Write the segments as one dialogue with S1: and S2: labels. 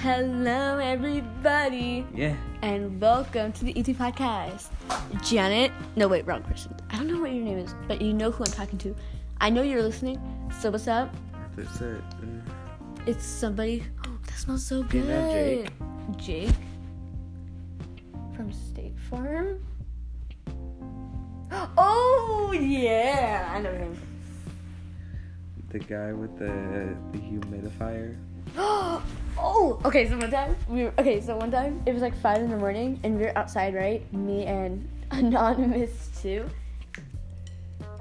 S1: Hello, everybody,
S2: Yeah.
S1: and welcome to the ET Podcast. Janet, no, wait, wrong person. I don't know what your name is, but you know who I'm talking to. I know you're listening, so what's up?
S2: That's it. mm.
S1: It's somebody. Oh, that smells so
S2: Do you
S1: good.
S2: know Jake?
S1: Jake? From State Farm? Oh, yeah! I know him.
S2: The guy with the, the humidifier.
S1: oh, okay. So one time we were, okay. So one time it was like five in the morning, and we were outside, right? Me and anonymous two.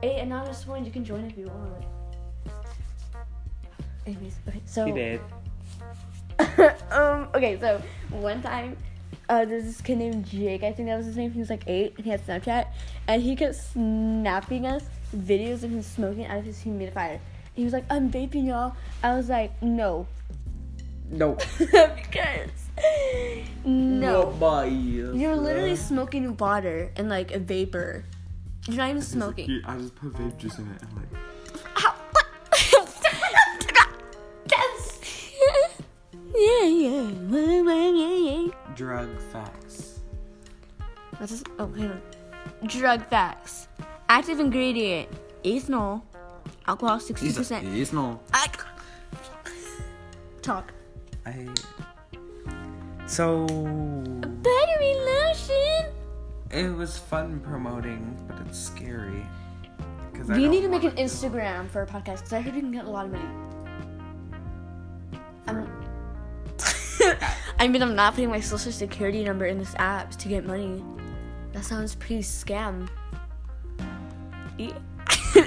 S1: Hey, anonymous one, you can join if you want. Anyways, okay. So
S2: He did.
S1: um, okay, so one time, uh, there's this kid named Jake, I think that was his name. He was like eight and he had Snapchat. And he kept snapping us videos of him smoking out of his humidifier. He was like, I'm vaping, y'all. I was like, no.
S2: No.
S1: because, no. You're
S2: You're
S1: literally smoking water and like a vapor. You're not even smoking.
S2: I just put vape juice in it. I'm like,
S1: Ow, what? Yes. yeah, yeah, yeah, yeah, yeah.
S2: drug facts.
S1: What's this? Oh, hang on. Drug facts. Active ingredient: ethanol, alcohol, sixty percent.
S2: It's no.
S1: Talk.
S2: I. So.
S1: Buttery lotion.
S2: It was fun promoting, but it's scary. 'Cause I
S1: We
S2: don't
S1: need to make an
S2: want
S1: Instagram for our podcast because I heard we can get a lot of money. I'm. I mean, I'm not putting my social security number in this app to get money. That sounds pretty scam. E-
S2: to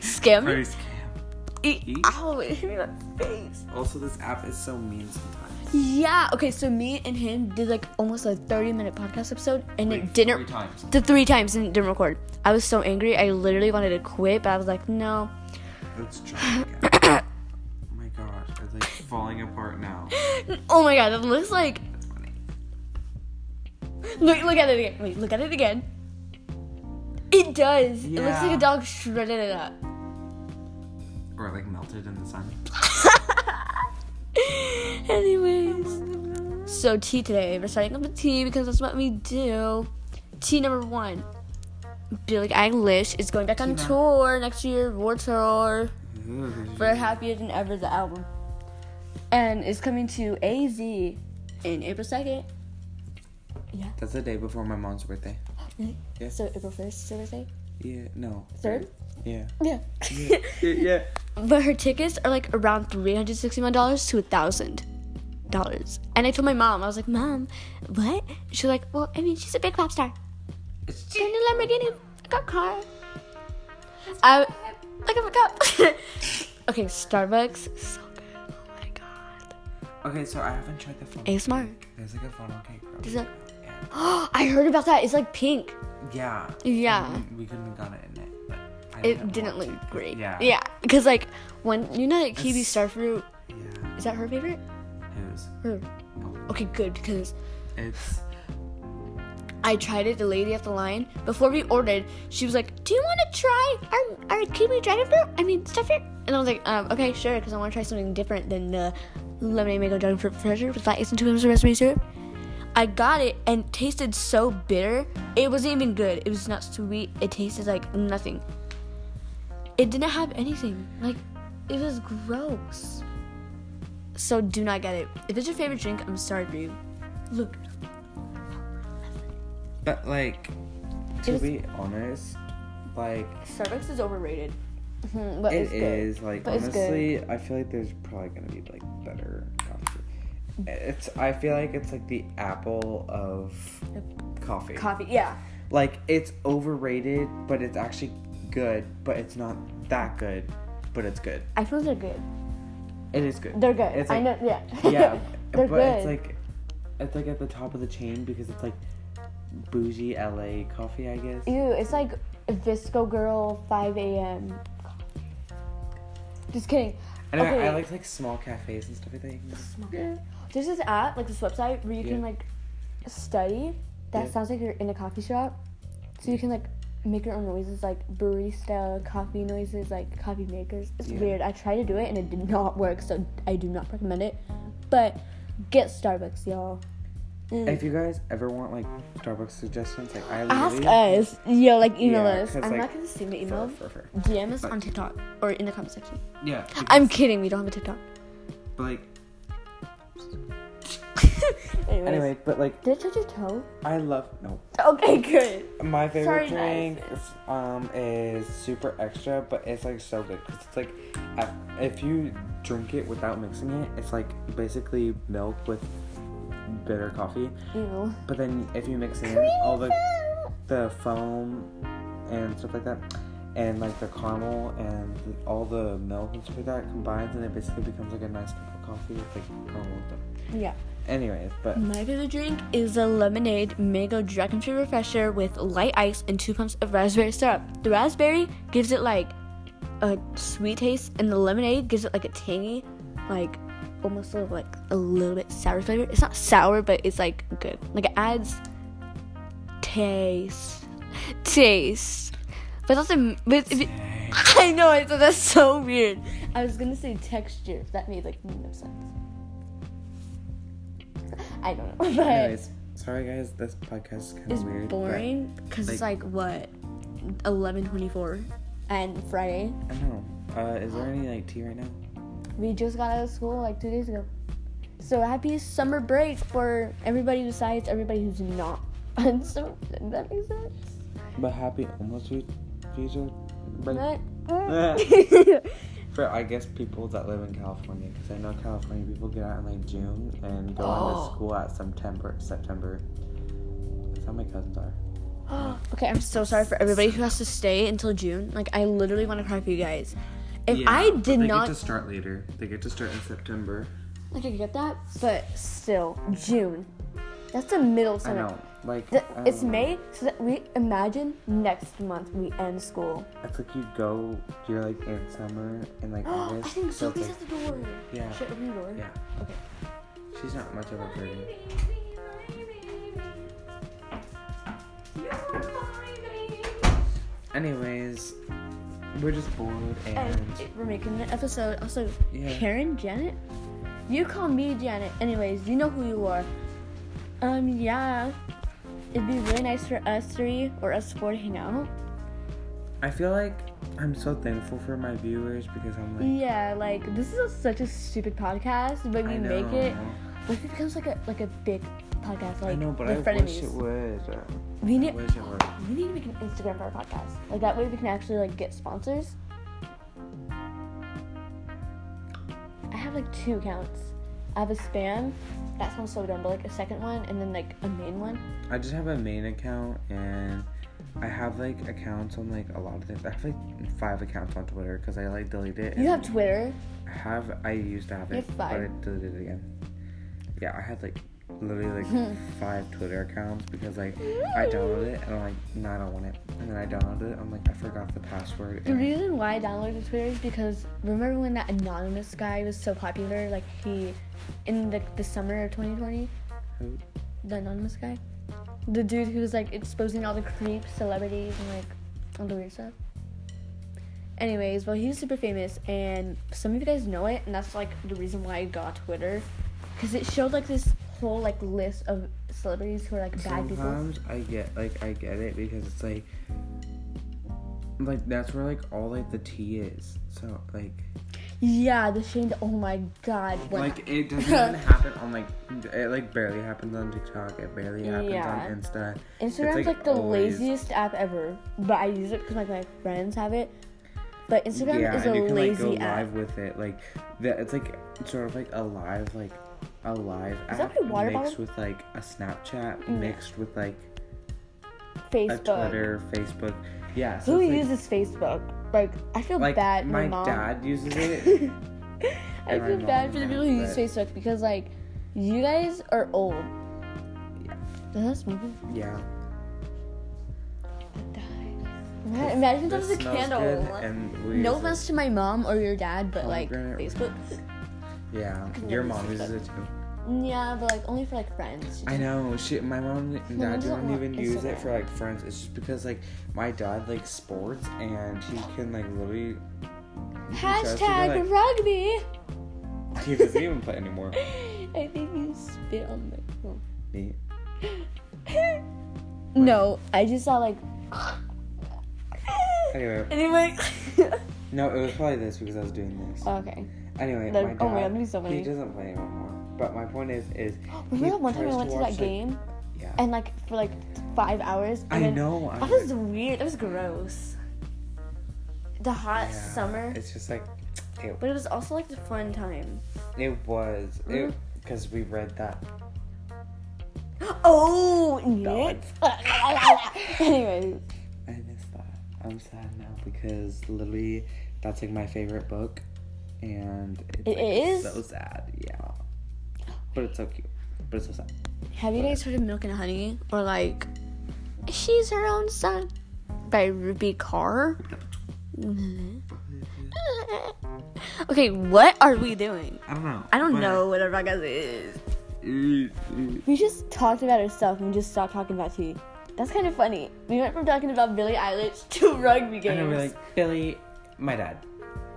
S1: scam.
S2: Price camp.
S1: E-
S2: E?
S1: Ow! It hit me in the face.
S2: Also, this app is so mean sometimes.
S1: Yeah. Okay. So me and him did like almost a thirty-minute podcast episode, and it
S2: Like,
S1: didn't.
S2: Three times.
S1: The three times and it didn't record. I was so angry. I literally wanted to quit, but I was like, no.
S2: That's drunk. oh my gosh, it's like falling apart now.
S1: Oh my god, that looks like. Look! Look at it again. Wait. Look at it again. It does. It looks like
S2: Yeah.
S1: a dog shredded it up.
S2: Or like melted in the sun.
S1: Anyways. So tea today. We're starting up with tea because that's what we do. Tea number one. Billie Eilish is going back on
S2: Tea number-
S1: tour next year, world tour. We're
S2: Ooh.
S1: happier than ever, the album. And it's coming to AZ in April 2nd. Yeah.
S2: That's the day before my mom's birthday.
S1: Really?
S2: Yeah.
S1: So April 1st is her birthday?
S2: Yeah, no.
S1: Third?
S2: Yeah.
S1: Yeah.
S2: Yeah, yeah.
S1: but her tickets are like around $361 to $1,000. Dollars. And I told my mom, I was like, Mom, what? She was like, Well, I mean, she's a big pop star. She's in a Lamborghini. I got car. I like a cup. okay, Starbucks. So good. Oh my god.
S2: Okay, so I haven't tried the funnel.
S1: ASMR.
S2: There's like a funnel cake. bro.
S1: Does it-
S2: Yeah.
S1: Oh, I heard about that. It's like pink.
S2: Yeah.
S1: Yeah.
S2: We, we couldn't have got it in it. But I
S1: It didn't
S2: want
S1: look
S2: to.
S1: great.
S2: Yeah.
S1: Yeah. Because like when you know that kiwi
S2: It's-
S1: starfruit
S2: Yeah.
S1: is that her favorite?
S2: It was.
S1: Her. Okay, good because
S2: It's.
S1: I tried it. The lady at the line before we ordered, she was like, "Do you want to try our our kiwi dragon fruit? I mean, stuff fruit." And I was like, um, "Okay, sure," because I want to try something different than the lemonade mango dragon fruit treasure with light and two grams of raspberry syrup. I got it and it tasted so bitter. It wasn't even good. It was not sweet. It tasted like nothing. It didn't have anything. Like, it was gross. So do not get it. If it's your favorite drink, I'm sorry for you. Look,
S2: But like, to
S1: was-
S2: be honest, like
S1: Starbucks is overrated. Mhm, but it's
S2: it
S1: good.
S2: is like
S1: But it's good.
S2: honestly, I feel like there's probably gonna be like better coffee. It's I feel like it's like the apple of coffee.
S1: Coffee, yeah.
S2: like it's overrated, but it's actually good. But it's not that good, but it's good.
S1: I feel they're good.
S2: It is good.
S1: They're good.
S2: It's
S1: I
S2: like,
S1: know, yeah.
S2: yeah,
S1: they're
S2: but
S1: good.
S2: it's like it's like at the top of the chain because it's like bougie LA coffee, I guess.
S1: Ew, it's like Visco Girl 5 a.m. Just kidding.
S2: And I,
S1: Okay.
S2: I like like small cafes and stuff like that. You can just-
S1: There's this app, like this website, where you can
S2: Yeah.
S1: like study. That
S2: Yeah.
S1: sounds like you're in a coffee shop. So you can like make your own noises, like barista, coffee noises, like coffee makers. It's
S2: Yeah.
S1: weird. I tried to do it and it did not work, so I do not recommend it. But Get Starbucks, y'all.
S2: If you guys ever want like Starbucks suggestions, like I
S1: Ask
S2: literally
S1: us. Yo, like email
S2: Yeah,
S1: us.
S2: 'cause,
S1: I'm
S2: like,
S1: not gonna send the email.
S2: For, for, for.
S1: DM us on TikTok or in the comment section.
S2: Yeah. because,
S1: I'm kidding. We don't have a TikTok.
S2: but, like
S1: Anyways.
S2: anyway, but like
S1: Did it touch your toe?
S2: I love no.
S1: Okay, good. Sorry,
S2: My favorite
S1: guys.
S2: drink is, um is super extra, but it's like so good because it's like I- if you drink it without mixing it, it's like basically milk with bitter coffee.
S1: Ew.
S2: But then if you mix it in, all the the foam and stuff like that, and like the caramel and the, all the milk and stuff like that combines, and it basically becomes like a nice cup of coffee with like caramel and stuff.
S1: Yeah.
S2: Anyways, but
S1: My favorite drink is a lemonade mango dragon fruit refresher with light ice and two pumps of raspberry syrup. The raspberry gives it like a sweet taste, and the lemonade gives it like a tangy, like almost sort of like a little bit sour flavor. It's not sour, but it's like good. Like it adds taste, taste. But that's a. But if it, I know I thought that's so weird. I was gonna say texture. That made like no sense. I don't know. But
S2: anyways, sorry guys, this podcast is kind
S1: it's
S2: of weird. but-
S1: boring because it's like what 11:24 and Friday.
S2: I don't know. Uh, is there any like tea right now?
S1: We just got out of school like 2 days ago. So happy summer break for everybody besides everybody who's not on summer. Does that make sense?
S2: But happy almost fu- future. But
S1: Not-
S2: for I guess people that live in California, because I know California people get out in like June and go
S1: Oh.
S2: into school at September. September. That's how my cousins are.
S1: okay, I'm so sorry for everybody who has to stay until June. Like I literally want to cry for you guys. If I did not
S2: start later. They get to start in September.
S1: like I get that, but still June. That's the middle
S2: I
S1: summer.
S2: know. Like
S1: Th-
S2: I don't
S1: it's
S2: know.
S1: May, so that we imagine next month we end school.
S2: It's like you go. You're like in summer in like
S1: I
S2: August.
S1: think
S2: so it's,
S1: Sophie's
S2: like-
S1: at the door.
S2: Yeah.
S1: Should I open the door?
S2: Yeah.
S1: Okay.
S2: She's not much of a person. Anyways, we're just bored and
S1: And we're making an episode. Also,
S2: Yeah.
S1: Karen, Janet? You call me Janet. Anyways, you know who you are. Um, yeah. It'd be really nice for us three or us four to hang out.
S2: I feel like I'm so thankful for my viewers because I'm like
S1: Yeah, like this is a, such a stupid podcast, but Mm, we
S2: I know,
S1: make it. What if it becomes like a like a big podcast? Like
S2: I know, but
S1: the
S2: I wish
S1: frenemies.
S2: it would.
S1: We
S2: I
S1: need
S2: wish it would.
S1: we need to make an Instagram for our podcast. Like that way we can actually like get sponsors. I have like two accounts. I have a spam. That sounds so dumb, but like a second one and then like a main one.
S2: I just have a main account and I have like accounts on like a lot of things. I have like five accounts on Twitter because I like delete it.
S1: You
S2: and
S1: have Twitter.
S2: I have I used to have
S1: You
S2: it,
S1: have
S2: but I
S1: five.
S2: deleted it again. Yeah, I had like literally like five Twitter accounts because like I downloaded it and I'm like, no, I don't want it. And then I downloaded it. I'm like, I forgot the password.
S1: The
S2: and-
S1: reason why I downloaded Twitter is because remember when that anonymous guy was so popular? Like he, in like the summer of 2020,
S2: Who?
S1: the anonymous guy, the dude who was like exposing all the creep celebrities and like all the weird stuff. Anyways, well he's super famous, and some of you guys know it, and that's like the reason why I got Twitter, because it showed like this whole like list of celebrities who are like bad people.
S2: Sometimes I get like I get it because it's like like that's where like all like the tea is. So like
S1: Yeah, the shame. Oh my god. when
S2: like it doesn't even happen on like it like barely happens on TikTok. It barely happens
S1: Yeah.
S2: on Insta.
S1: Instagram's like,
S2: like,
S1: the
S2: always-
S1: laziest app ever, but I use it because like my friends have it. But Instagram
S2: yeah,
S1: is a
S2: and you can like
S1: lazy
S2: go
S1: app.
S2: live with it. Like that it's like sort of like a live like a live
S1: that
S2: app
S1: my water
S2: mixed
S1: bottle? Mm.
S2: with like a Snapchat mixed with like a
S1: Facebook.
S2: Twitter, Facebook. Yeah. So
S1: Who
S2: it's, like,
S1: uses Facebook? Like I feel
S2: like
S1: bad.
S2: my
S1: mom.
S2: dad uses it.
S1: I
S2: and my
S1: feel bad
S2: mom
S1: for the
S2: and
S1: people who
S2: that,
S1: use
S2: but-
S1: Facebook because like you guys are old. Does that smell good?
S2: yeah.
S1: I died. Ima- Imagine if that
S2: This
S1: was a
S2: smells
S1: candle.
S2: good and we
S1: no
S2: use it.
S1: offense to my mom or your dad, but like
S2: Pomegranate.
S1: Facebook.
S2: Yeah,
S1: Could
S2: your
S1: never
S2: mom
S1: see
S2: uses
S1: that.
S2: it too.
S1: Yeah, but like only for like friends.
S2: I know. She, my mom and
S1: mom
S2: dad
S1: doesn't
S2: don't
S1: want
S2: even use
S1: Instagram.
S2: it for like friends. It's just because like my dad likes sports and he can like literally. he tries to
S1: Hashtag
S2: be, like-
S1: rugby.
S2: he doesn't even play anymore.
S3: I think you spit on my phone.
S2: Neat.
S3: No, I just saw like.
S2: Anyway.
S3: Anyway.
S2: No, it was probably this because I was doing this.
S3: okay.
S2: Anyway,
S3: that-
S2: my dad,
S3: oh my God, that'd be so funny.
S2: He doesn't play anymore. But my point is, is
S3: Remember
S2: he
S3: that one time I
S2: tries
S3: went to,
S2: watch,
S3: that
S2: like-
S3: game
S2: Yeah.
S3: and like for like five hours. and
S2: I
S3: then-
S2: know. I
S3: That was weird. That was gross. The hot
S2: yeah,
S3: summer,
S2: It's just like it.
S3: but it was also like the fun time.
S2: It was
S3: Mm-hmm.
S2: it because we read that.
S3: Oh,
S2: That
S3: yes. Anyways,
S2: I miss that. I'm sad now because literally that's like my favorite book, and it's
S3: It is?
S2: so sad. Yeah, but it's so cute. But it's so sad.
S3: have you guys heard of Milk and Honey or like She's Her Own Sun by Ruby Carr? okay, what are we doing?
S2: I don't know.
S3: I don't know what a ragas is.
S2: know.
S3: We just talked about our stuff and we just stopped talking about tea. That's kind of funny. We went from talking about Billie Eilish to rugby
S2: And
S3: games.
S2: then we're like Billy, my dad,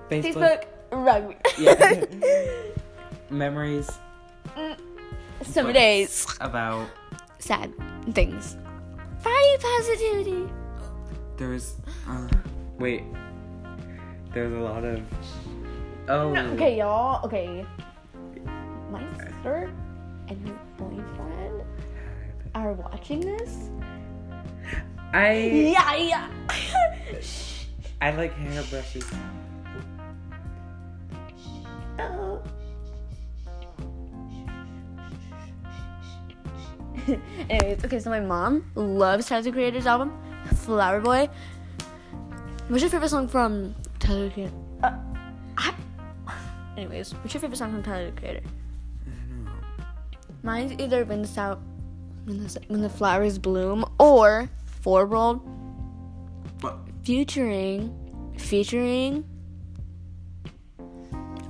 S2: Facebook,
S3: Facebook rugby.
S2: Yeah. memories
S3: Some days.
S2: about
S3: Sad things. Bye, positivity.
S2: there's uh, wait there's a lot of oh
S3: Okay, y'all. Okay. My sister and her boyfriend are watching this.
S2: I
S3: Yeah, yeah. Shh.
S2: I like hairbrushes.
S3: Oh. Anyways, okay, so my mom loves Tyler the Creator's album, Flower Boy. What's your favorite song from Tyler the Creator? Uh, I- Anyways, what's your favorite song from Tyler the Creator? Mine's either when the Sou- when the, Sou- when the flowers bloom or Four World
S2: But
S3: featuring featuring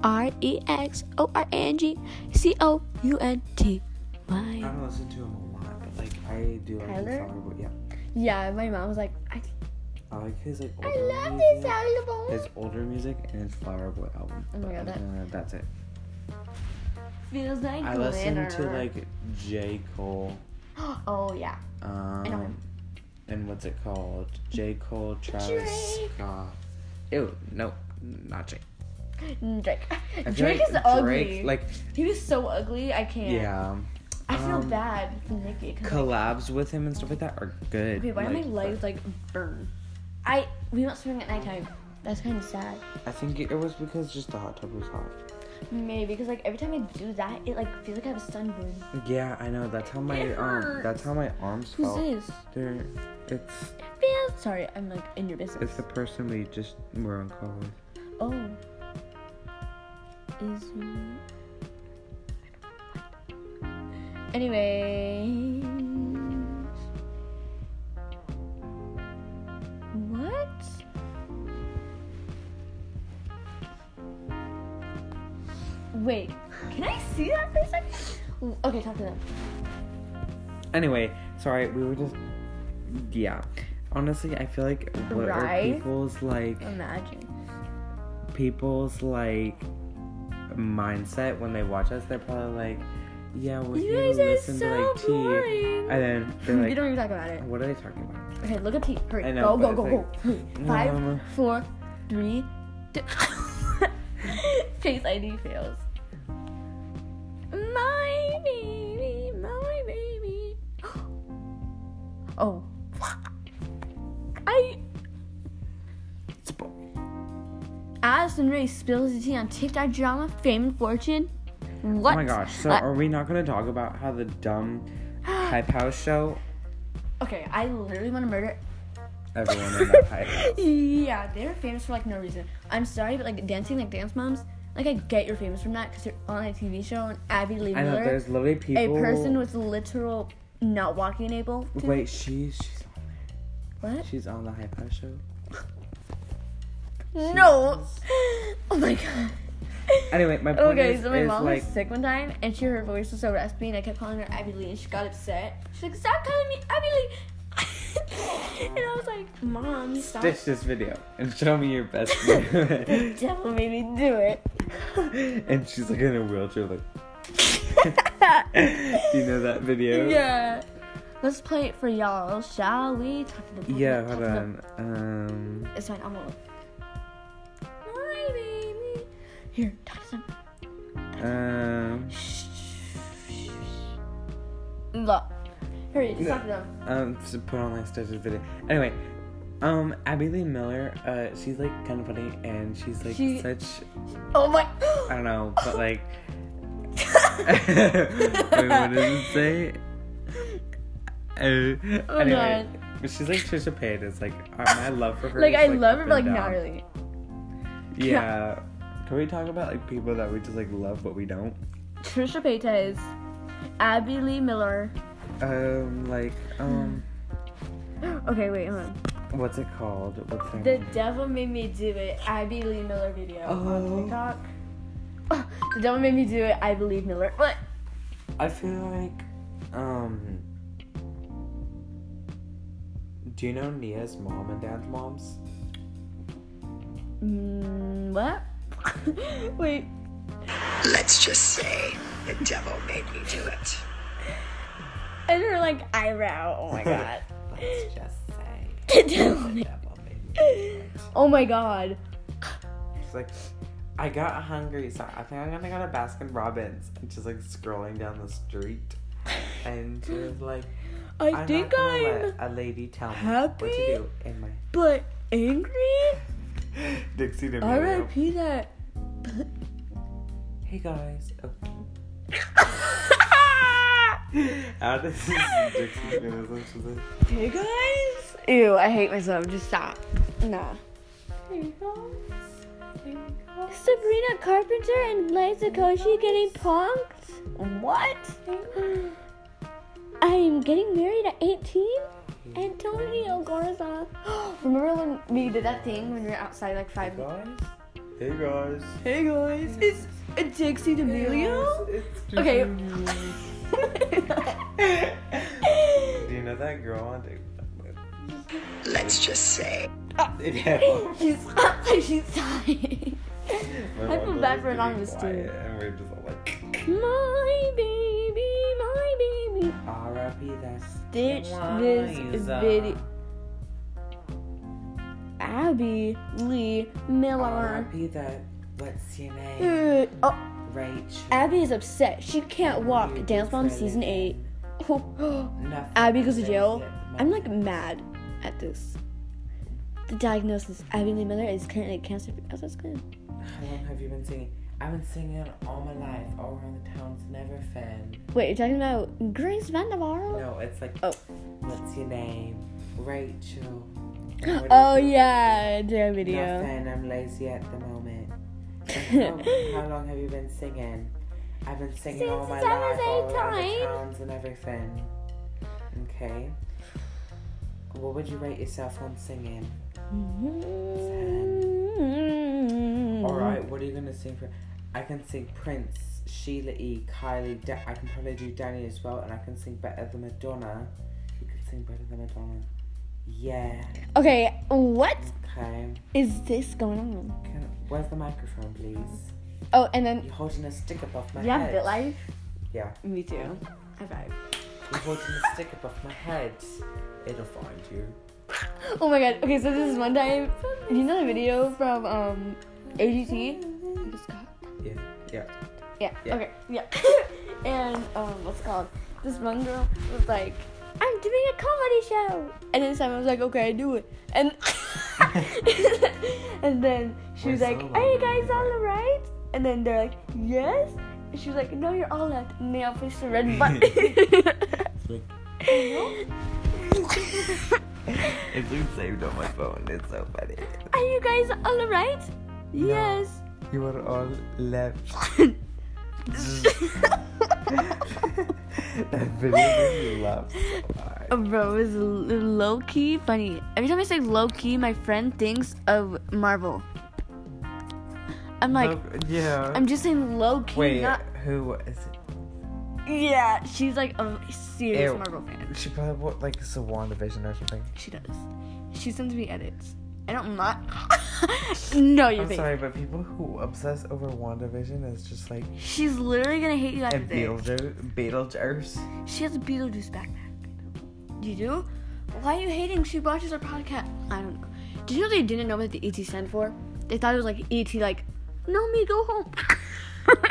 S3: R E X O R N G C O U N T
S2: I
S3: Y.
S2: don't listen to him a lot, but like I do like his
S3: Tyler?
S2: song, but yeah.
S3: Yeah, my mom was like, I,
S2: I like his like older
S3: I love
S2: music.
S3: this album.
S2: His older music and his Flower Boy album.
S3: Oh my
S2: But
S3: God,
S2: other
S3: that-
S2: than that's it.
S3: Feels like
S2: I listen to
S3: winter.
S2: like J. Cole.
S3: Oh yeah.
S2: Um,
S3: know him.
S2: And what's it called? J. Cole, Travis
S3: Drake.
S2: Scott. Ew, no, not Drake.
S3: Mm, Drake.
S2: I feel
S3: Drake
S2: like
S3: is ugly.
S2: Drake, like,
S3: he was so ugly. I can't.
S2: yeah.
S3: I feel
S2: um,
S3: bad for Nikki. 'cause, like,
S2: Collabs with him and stuff like that are good.
S3: okay, why do
S2: like,
S3: my legs
S2: but
S3: like burn? I we went swimming at nighttime. That's kind of sad.
S2: I think it was because just the hot tub was hot.
S3: Maybe because like every time I do that, it like feels like I have a sunburn.
S2: Yeah, I know. That's how my
S3: It
S2: um.
S3: hurts.
S2: That's how my arms
S3: Who's
S2: felt.
S3: this?
S2: They're, it's
S3: Feels. Sorry, I'm like in your business.
S2: it's the person we just were on call with.
S3: oh. Is. you- Anyway. What? Wait, can I see that for a second? Okay, talk to them.
S2: Anyway, sorry, we were just yeah. Honestly, I feel like what
S3: Right?
S2: are
S3: Mm.
S2: people's like
S3: Imagine.
S2: people's like mindset when they watch us? They're probably like, yeah, well,
S3: You
S2: you,
S3: guys are
S2: listen to like
S3: so
S2: tea, and
S3: boring.
S2: then
S3: You
S2: they're like,
S3: don't even talk about it.
S2: what are they talking about?
S3: Okay, look at Pete. Hurry.
S2: I know,
S3: go, go,
S2: but
S3: go,
S2: it's
S3: go. Five,
S2: Um,
S3: four, three, two. Face ID fails. My baby, my baby. Oh. I.
S2: It's a bo-
S3: Addison Ray spills the tea on TikTok drama, fame and fortune. What?
S2: Oh my gosh! So
S3: I-
S2: are we not gonna talk about how the dumb hype house show?
S3: okay, I literally want to murder
S2: Everyone in that hype. house.
S3: yeah, they're famous for like no reason. I'm sorry, but like dancing like dance moms, like I get you're famous from that because you're on a TV show and Abby Lee
S2: I know
S3: Miller,
S2: there's literally
S3: a
S2: people.
S3: person with literal not walking able. To,
S2: Wait, she, she's on,
S3: what?
S2: she's on the hype house show.
S3: No. Oh my god.
S2: Anyway, my point
S3: Okay,
S2: is,
S3: so my
S2: is,
S3: mom
S2: like
S3: was sick one time and she her voice was so raspy and I kept calling her Abby Lee and she got upset. She's like, stop calling me Abby Lee. and I was like, Mom, stop.
S2: ditch this video and show me your best
S3: The
S2: moment.
S3: devil made me do it.
S2: and she's like in a wheelchair, like Do you know that video?
S3: yeah. Let's play it for y'all, shall we? Talking to-
S2: Yeah,
S3: talking
S2: hold
S3: to-
S2: on. Um,
S3: It's fine. I'm gonna look. My baby. Here, talk to them.
S2: um,
S3: Shh. Look. Hurry, just talk to them.
S2: um, s- put on like stitches video. Anyway, um, Abby Lee Miller, uh, she's like kind of funny and she's like
S3: She-
S2: such,
S3: Oh my.
S2: I don't know, but like, wait, what does it say? Uh,
S3: Oh,
S2: anyway,
S3: God.
S2: but she's like Trisha Paytas. Like, uh, my love for her.
S3: like
S2: is,
S3: I love her,
S2: up
S3: but like
S2: and down.
S3: not really.
S2: Yeah. Can we talk about like people that we just like love but we don't?
S3: Trisha Paytas, Abby Lee Miller.
S2: Um, like, um,
S3: Hmm. Okay, wait, hold on.
S2: what's it called? What's her
S3: The
S2: name?
S3: Devil Made Me Do It, Abby Lee Miller video
S2: Oh.
S3: on TikTok. Oh, the Devil Made Me Do It, I Believe Miller. What?
S2: I feel like, um, do you know Nia's mom and dad's moms?
S3: Mm, what? wait.
S4: Let's just say the devil made me do it.
S3: And her like eyebrow. Oh my god.
S4: Let's just say
S3: The Devil Made-
S4: devil made me.
S3: oh my god.
S2: She's like, I got hungry, so I think I'm gonna go to Baskin Robbins. And she's like scrolling down the street, and she was like,
S3: I
S2: I'm not
S3: think
S2: gonna
S3: I'm
S2: let a lady tell me
S3: happy,
S2: what to do in my
S3: but angry.
S2: Dixie D'Amelio.
S3: R.I.P. That.
S2: Hey guys. Oh. How does this is Dixie D'Amelio sound? She's like,
S3: Hey guys. Ew, I hate myself. Just stop. Nah. Sabrina Carpenter and Liza Koshy getting punked? What? I am getting married at 18? Antonio Garza. Remember when we did that thing when we were outside like five
S2: Guys? Hey guys.
S3: Hey guys, it's a Dixie D'Amelio?
S2: It's Dixie
S3: Okay.
S2: D'Amelio. Do you know that girl on TikTok?
S4: Let's just say
S2: Ah, Yeah.
S3: she's she's dying.
S2: My
S3: feel
S2: mom
S3: bad for
S2: goes to be
S3: anonymous, too.
S2: quiet, And we're just all like,
S3: My baby, my baby.
S2: R.I.P. that's
S3: Ditch this
S2: Liza.
S3: video. Abby Lee Miller.
S2: R.I.P. that. What's your name?
S3: Ugh. Oh,
S2: Mm. Rachel.
S3: Abby is upset. She can't walk. Dance Mom season eight.
S2: Nothing
S3: Abby goes to jail.
S2: saves it.
S3: I'm like mad at this. The diagnosis: Abby Lee Miller is currently cancer. Oh, that's good.
S2: How long have you been singing? I've been singing all my life, all around the town's never fan.
S3: Wait, you're talking about Grace Van Navarro?
S2: No, it's like,
S3: Oh.
S2: what's your name? Rachel.
S3: Oh yeah, their video.
S2: Nothing, I'm lazy at the moment. Oh, how long have you been singing? I've been singing all my
S3: Since I
S2: life,
S3: was
S2: all around the
S3: eight
S2: towns and everything. Okay. What would you rate yourself on singing?
S3: Mm-hmm.
S2: All right, what are you gonna sing for? I can sing Prince, Sheila E, Kylie. Da- I can probably do Danny as well, and I can sing better than Madonna. You can sing better than Madonna. Yeah.
S3: Okay, what
S2: Okay.
S3: is this going on?
S2: Can, where's the microphone, please?
S3: Oh, and then
S2: You're holding a stick above my
S3: you have
S2: head.
S3: BitLife.
S2: Yeah.
S3: Me too. High five.
S2: You're holding a stick above my head. It'll find you.
S3: Oh my god. Okay, so this is one time. You know the video from um AGT? I just got-
S2: Yeah. Yeah.
S3: Yeah.
S2: Yeah.
S3: Okay. Yeah. and um, what's it called? This one girl was like, "I'm doing a comedy show," and then Simon was like, "Okay, I do it," and and then she
S2: We're
S3: was like,
S2: so
S3: "Are you
S2: lonely,
S3: guys all
S2: right?"
S3: alright?" And then they're like, "Yes." And she was like, "No, you're all left." And they all pushed the red button.
S2: like, It's like saved on my phone. It's so funny.
S3: Are you guys all alright? Yes.
S2: You are all left. that video made me laugh so hard.
S3: Oh, Bro, it's low key funny. Every time I say low key, my friend thinks of Marvel. I'm like,
S2: Look, yeah.
S3: I'm just saying low key.
S2: Wait,
S3: Not,
S2: who is it?
S3: yeah, she's like a serious
S2: Ew.
S3: Marvel fan.
S2: She probably bought like a Swan Division or something.
S3: She does. She sends me edits. I don't not. no, your
S2: I'm
S3: face.
S2: sorry, but people who obsess over WandaVision is just like
S3: She's literally gonna hate you after
S2: and
S3: this.
S2: Beetleju- Beetlejuice.
S3: She has a Beetlejuice backpack. You do? Why are you hating? She watches our podcast. I don't know. Did you know they didn't know what the ET stand for? They thought it was like ET, like, no, me, go home.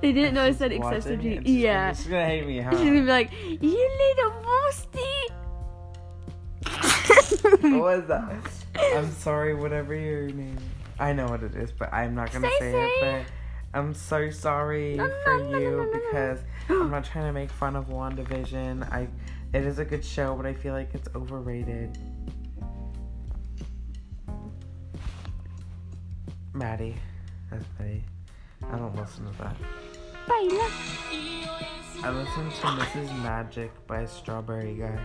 S3: they didn't know it said
S2: Watch
S3: excessive
S2: it, and she's
S3: heat.
S2: gonna-
S3: Yeah.
S2: She's gonna hate me, huh?
S3: She's gonna be like, you little
S2: what
S3: boosty.
S2: was that? I'm sorry, whatever your name. I know what it is, but I'm not gonna
S3: Say,
S2: say,
S3: say.
S2: it. But I'm so sorry
S3: No, no,
S2: for
S3: no, no,
S2: you
S3: no, no, no.
S2: because I'm not trying to make fun of WandaVision. I, it is a good show, but I feel like it's overrated. Maddie, that's Maddie. I don't listen to that.
S3: Baila.
S2: I listen to Mrs. Magic by Strawberry Guy.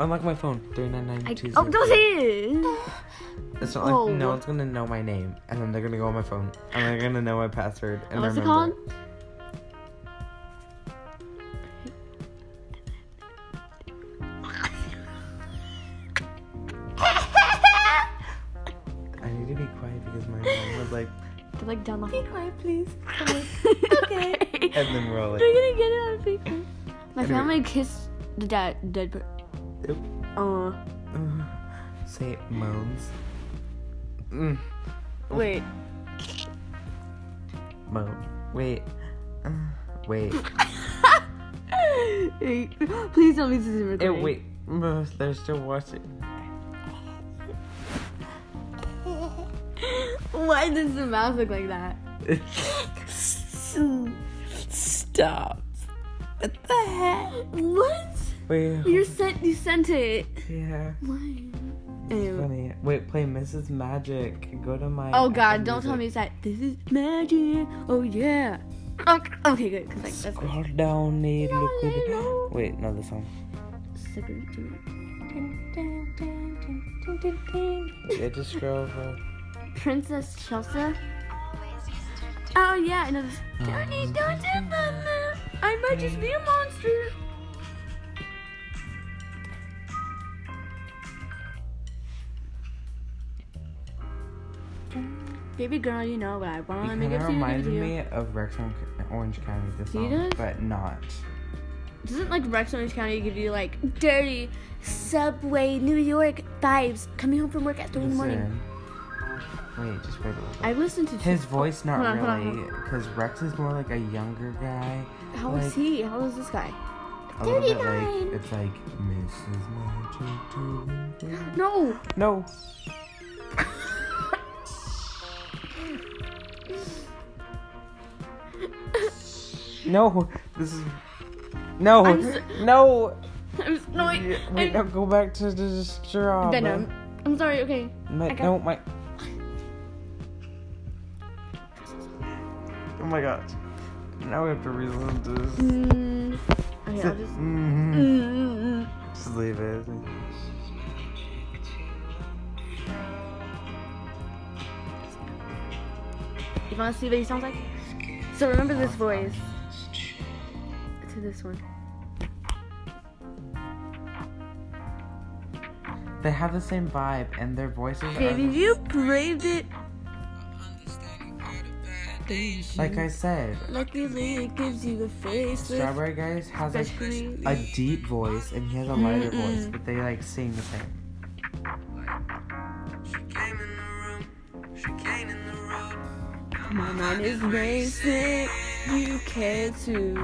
S2: Unlock my phone. Three nine
S3: I,
S2: nine two zero.
S3: oh, don't say it.
S2: It's not like
S3: Oh.
S2: no one's gonna know my name, and then they're gonna go on my phone, and they're gonna know my password and
S3: What's it
S2: remember.
S3: called?
S2: I need to be quiet because my mom was like,
S3: Get, like down the hall.
S2: "Quiet, please."
S3: okay.
S2: And then we're all like,
S3: They're gonna get it on Facebook. My
S2: Anyway.
S3: family kissed the dad dead per-
S2: Yep.
S3: Uh
S2: "Ugh." "Say it moans." Mm,
S3: wait.
S2: moan. Wait. Uh, wait.
S3: Wait, Please tell me this is
S2: Ew,
S3: recording.
S2: wait. Ugh, They're still watching.
S3: Why does the mouth look like that?
S2: Stop. What the heck?
S3: What?
S2: Wait.
S3: You sent you sent it.
S2: Yeah.
S3: Why? Ew.
S2: Funny. Wait, play Mrs. Magic. Go to my.
S3: Oh
S2: Apple
S3: god, don't tell me
S2: Music.
S3: it's that. This is magic. Oh yeah. Okay, okay, good. Cause like that's like,
S2: Scroll down and
S3: No,
S2: look at
S3: no,
S2: it. Wait, not the song.
S3: super duper.
S2: Yeah, just scroll over.
S3: Princess Chelsea. Oh yeah, I know this.
S2: Um,
S3: Johnny, don't do that. I might just be a monster. Baby girl, you know what I want to
S2: It
S3: make
S2: kind
S3: it
S2: of
S3: to
S2: reminds
S3: you.
S2: me of Rex on Orange County, the
S3: Do you
S2: song,
S3: guys-
S2: but not.
S3: Doesn't like Rex Orange County give you like dirty subway New York vibes? Coming home from work at three in the morning.
S2: Listen. Wait, just wait a little bit.
S3: I listened to
S2: His voice, not
S3: Hold on, hold on,
S2: really, because Rex is more like a younger guy.
S3: How is
S2: like-
S3: he? How is this guy?
S2: A little bit like
S3: 39.
S2: it's like Mrs. Magic. do-
S3: No.
S2: No. no, this is no,
S3: I'm s-
S2: no.
S3: I'm s- no, wait.
S2: Yeah, Wait,
S3: I'm-
S2: no, go back to the straw.
S3: Venom. I'm sorry, okay.
S2: My,
S3: I got-
S2: no, my. Oh my god. Now we have to re-listen to this.
S3: Mm, okay, I'll just.
S2: Mhm.
S3: Mm, mm,
S2: Just leave it.
S3: mm. You want to see what he sounds like? So remember this voice. To this one.
S2: They have the same vibe, and their voices are
S3: Baby, you braved it
S2: like I said.
S3: Luckily, it gives you a face. with-
S2: Strawberry Guys has like
S3: Especially-
S2: a deep voice and he has a lighter
S3: Mm-mm.
S2: voice, but they like sing the same.
S3: My mind is racing. You care to.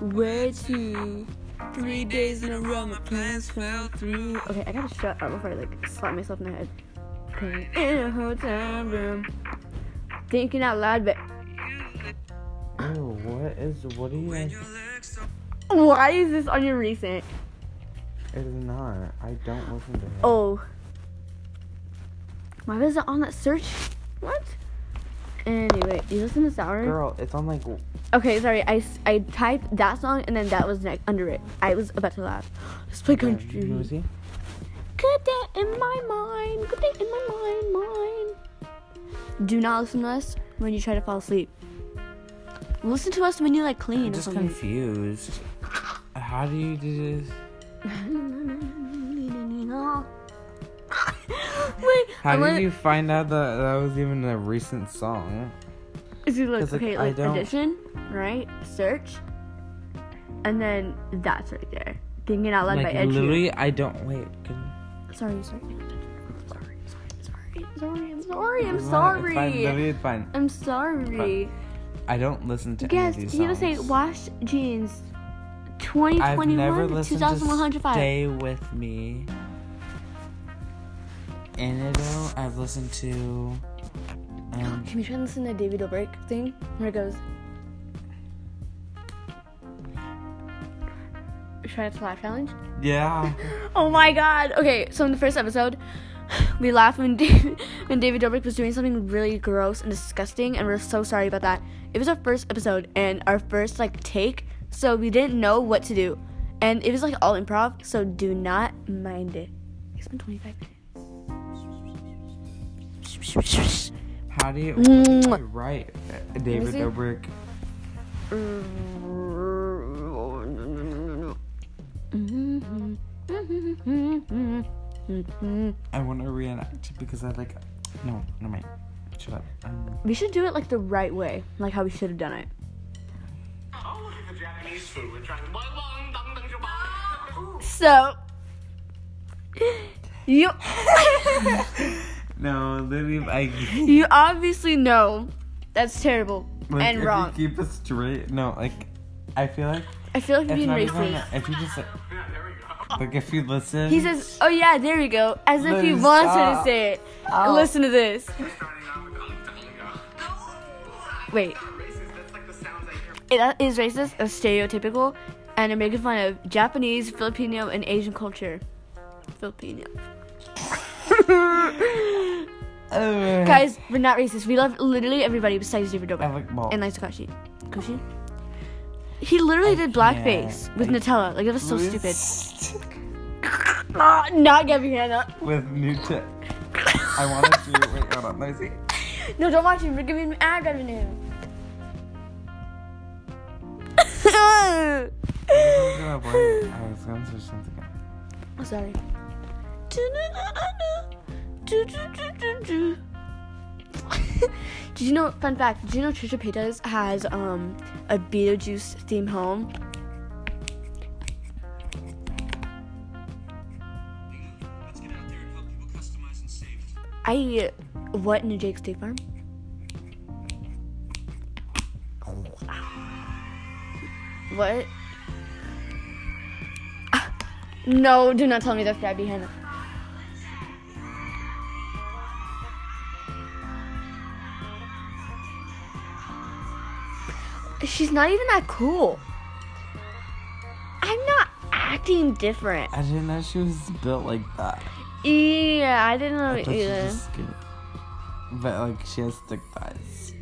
S3: Where to? Three days in a row, my plans fell through. Okay, I gotta shut up before I like slap myself in the head. Okay, In a hotel room, thinking out loud, but
S2: Oh, what is what are you? Guys, it
S3: why is this on your recent?
S2: is not. I don't listen to it.
S3: Oh, why was it on that search? What? Anyway, you listen to Sour.
S2: Girl, it's on like w-
S3: Okay, sorry. I, s- I typed that song and then that was next under it. I was about to laugh. Let's play
S2: uh,
S3: country.
S2: music.
S3: Good day in my mind. Good day in my mind. Mine. Do not listen to us when you try to fall asleep. Listen to us when you like clean
S2: I'm
S3: or
S2: just
S3: something.
S2: confused. How do you do this? How
S3: wanna-
S2: did you find out that that was even a recent song?
S3: If you look,
S2: 'Cause, like,
S3: okay,
S2: I
S3: like
S2: don't-
S3: edition, right? Search, and then that's right there. Thinking out loud
S2: Like
S3: by Ed Sheeran.
S2: literally, I don't wait. Can,
S3: Sorry, sorry, sorry, sorry, sorry, I'm sorry, I'm
S2: it's fine, It's fine.
S3: sorry.
S2: literally, it's fine.
S3: I'm sorry.
S2: I don't listen to
S3: Yes,
S2: any of these
S3: he would say
S2: songs.
S3: wash jeans.
S2: I've never
S3: 2021 to
S2: listened
S3: 2105.
S2: to Stay With Me. Antidote, I've listened to. Um,
S3: Can we try and listen to David Dobrik thing? Where it goes. Should I have to laugh challenge?
S2: yeah.
S3: Oh my god. Okay, so in the first episode, we laughed when David, when David Dobrik was doing something really gross and disgusting, and we're so sorry about that. It was our first episode and our first like take, so we didn't know what to do, and it was like all improv. So do not mind it. It's been 25 minutes.
S2: How do you
S3: Mwah.
S2: write David
S3: see.
S2: Dobrik? I want to reenact because I like. No, no, wait. Shut up. Um,
S3: We should do it like the right way, like how we should have done it.
S5: Oh, it is a Japanese food. We're trying one, one, dum, dum, dum, dum.
S3: So, you
S2: no, literally, I.
S3: you obviously know that's terrible
S2: Like,
S3: and
S2: if you
S3: wrong.
S2: keep it straight. No, like, I feel like
S3: I feel like we're
S2: it's
S3: being
S2: not even.
S3: racist.
S2: If you just like,
S5: Yeah, there we go.
S2: like if you listen.
S3: He says, "Oh yeah, there we go," as if he
S2: Listen,
S3: wants her to
S2: stop.
S3: say it. Listen to this.
S5: Starting off with dum, dum, dum.
S3: Wait.
S5: That's not racist. That's like the sounds I hear.
S3: It- that is racist, and stereotypical, and they're making fun of Japanese, Filipino, and Asian culture. Filipino.
S2: Uh,
S3: Guys, we're not racist. We love literally everybody besides David
S2: I
S3: Dobrik
S2: like well,
S3: and like Takashi. Kushi? He literally did blackface
S2: can't.
S3: with
S2: I-
S3: Nutella. Like, that was so stupid.
S2: stupid.
S3: Ah, not Gabby Hanna.
S2: with new tip. I want to do. Wait, hold on. Let me see.
S3: No, don't watch him. You're giving him ad revenue.
S2: I was gonna play- I was gonna search something. up.
S3: Oh, sorry. Did you know? Fun fact. Did you know Trisha Paytas has um a Beetlejuice theme home?
S6: Let's get out there and help people customize and save.
S3: I what in a Jake's State Farm? What? Ah, No, do not tell me that's Gabby Hanna. She's not even that cool. I'm not acting different.
S2: I didn't know she was built like that.
S3: Yeah, I didn't know
S2: I thought she was
S3: either.
S2: just skinny. But like she has thick thighs.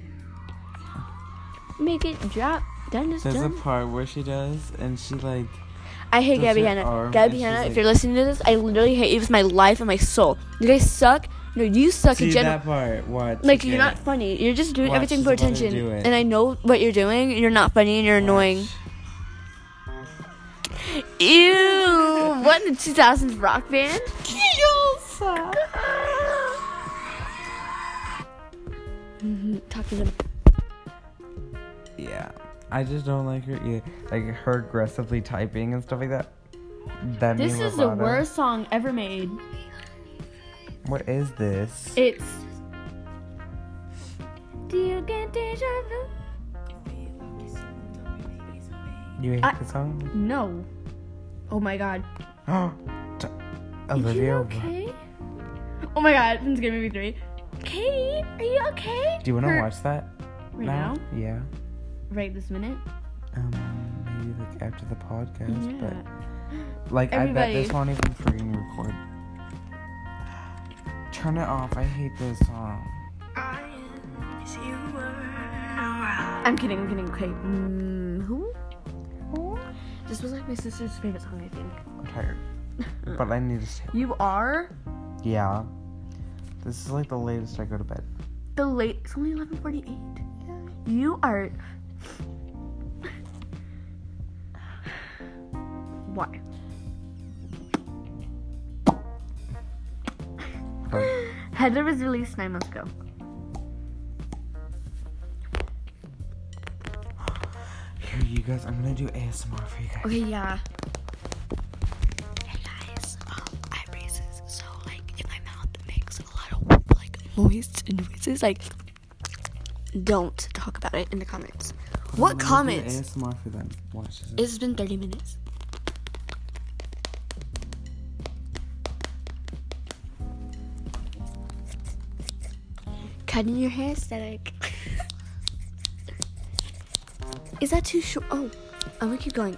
S3: Make it drop. Done is
S2: There's a
S3: done.
S2: part where she does, and she like
S3: I hate
S2: does
S3: Gabby
S2: her
S3: Hanna.
S2: arm and
S3: Gabby Hanna,
S2: she's
S3: if
S2: like-
S3: you're listening to this, I literally hate you with my life and my soul. You guys suck. No, you suck
S2: see
S3: in general.
S2: that part. What?
S3: Like you're not funny. You're just doing
S2: Watch,
S3: everything
S2: she's
S3: for
S2: about to
S3: attention.
S2: do it.
S3: And I know what you're doing. and You're not funny and you're annoying. Ew! What in the 2000s rock band? Mhm, Talk to them.
S2: Yeah, I just don't like her either. Like her aggressively typing and stuff like that. Demi
S3: This is the
S2: Lovato.
S3: worst song ever made.
S2: What is this?
S3: It's. Do you get deja vu?
S2: you hate
S3: I-
S2: the song?
S3: No. Oh my god.
S2: T- Olivia. Ru-
S3: Oh my god, from Scary Movie 3. Kate, are you okay?
S2: Do you want
S3: Her-
S2: to watch that
S3: Right
S2: now?
S3: now?
S2: Yeah.
S3: Right this minute?
S2: Um, maybe like after the podcast,
S3: Yeah.
S2: but like I bet
S3: Everybody-
S2: this won't even freaking record. Turn it off. I hate this song.
S3: I'm kidding, I'm kidding. Okay. Mm, who? This was like my sister's favorite song, I think.
S2: I'm tired, but I need to stay.
S3: You are
S2: Yeah. This is like the latest I go to bed.
S3: the late. It's only 11:48. You are. Why?
S2: But
S3: Heather was released nine months ago.
S2: Here, you guys, I'm gonna do ASMR for you guys.
S3: Okay, yeah.
S7: Hey guys, um, I have braces, so like if my mouth makes a lot of like moist noises, like
S3: Don't talk about it in the comments. What
S2: I'm gonna do
S3: comments?
S2: ASMR for them. Watch this.
S3: It's been 30 minutes. Cutting your hair aesthetic. Is that too short? Oh, I'm gonna keep going.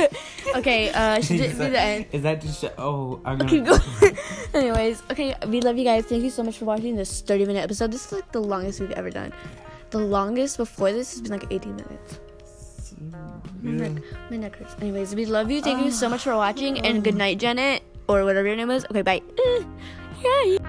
S3: okay, uh, should
S2: Is
S3: it be
S2: that-
S3: the end?
S2: Is that just? Oh, I'm
S3: Keep
S2: gonna.
S3: going. Anyways, okay, we love you guys. Thank you so much for watching this 30 minute episode. This is like the longest we've ever done. The longest before this has been like 18 minutes. My neck, my neck hurts. Anyways, we love Oh. you. Thank you so much for watching, and good night, Janet, or whatever your name is. Okay, bye. Uh, yeah.